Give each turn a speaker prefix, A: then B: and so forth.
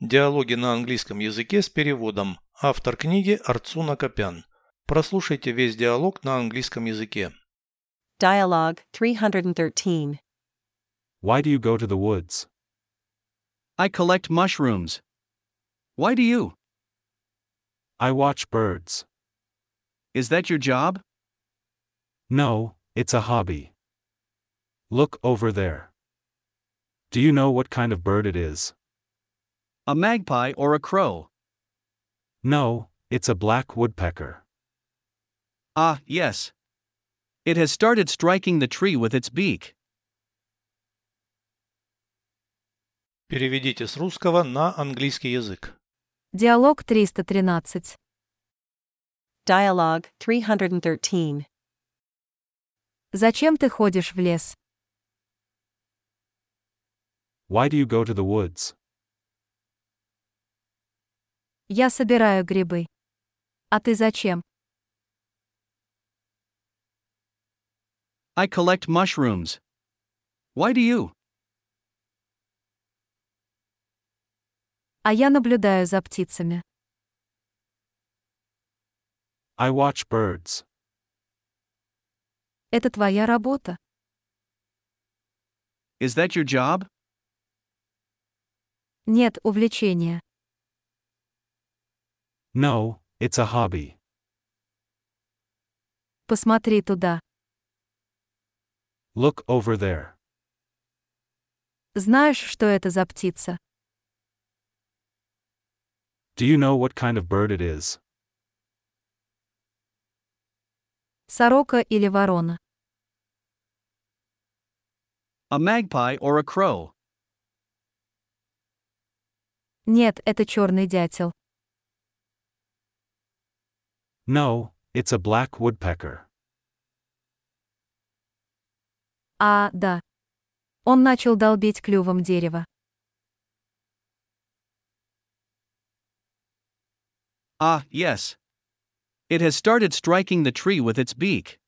A: Диалоги на английском языке с переводом. Автор книги Арцуна Копян. Прослушайте весь диалог на английском языке.
B: Dialogue 313.
C: Why do you go to the woods?
D: I collect mushrooms. Why do you?
C: I watch birds.
D: Is that your job?
C: No, it's a hobby. Look over there. Do you know what kind of bird it is?
D: A magpie or a crow?
C: No, it's a black woodpecker.
D: Ah, yes. It has started striking the tree with its beak.
A: Переведите с русского на английский язык.
E: Диалог 313.
B: Dialogue 313.
E: Зачем ты ходишь в лес?
C: Why do you go to the woods?
E: Я собираю грибы. А ты зачем?
D: I collect mushrooms. Why do you?
E: А я наблюдаю за птицами.
C: I watch birds.
E: Это твоя работа.
D: Is that your job?
E: Нет увлечения.
C: No, it's a hobby.
E: Посмотри туда.
C: Look over there.
E: Знаешь, что это за птица?
C: Do you know what kind of bird it is?
E: Сорока или ворона?
D: A magpie or a crow?
E: Нет, это черный дятел.
C: No, it's a black woodpecker.
E: А, да. Он начал долбить клювом дерево.
D: Ah, yes. It has started striking the tree with its beak.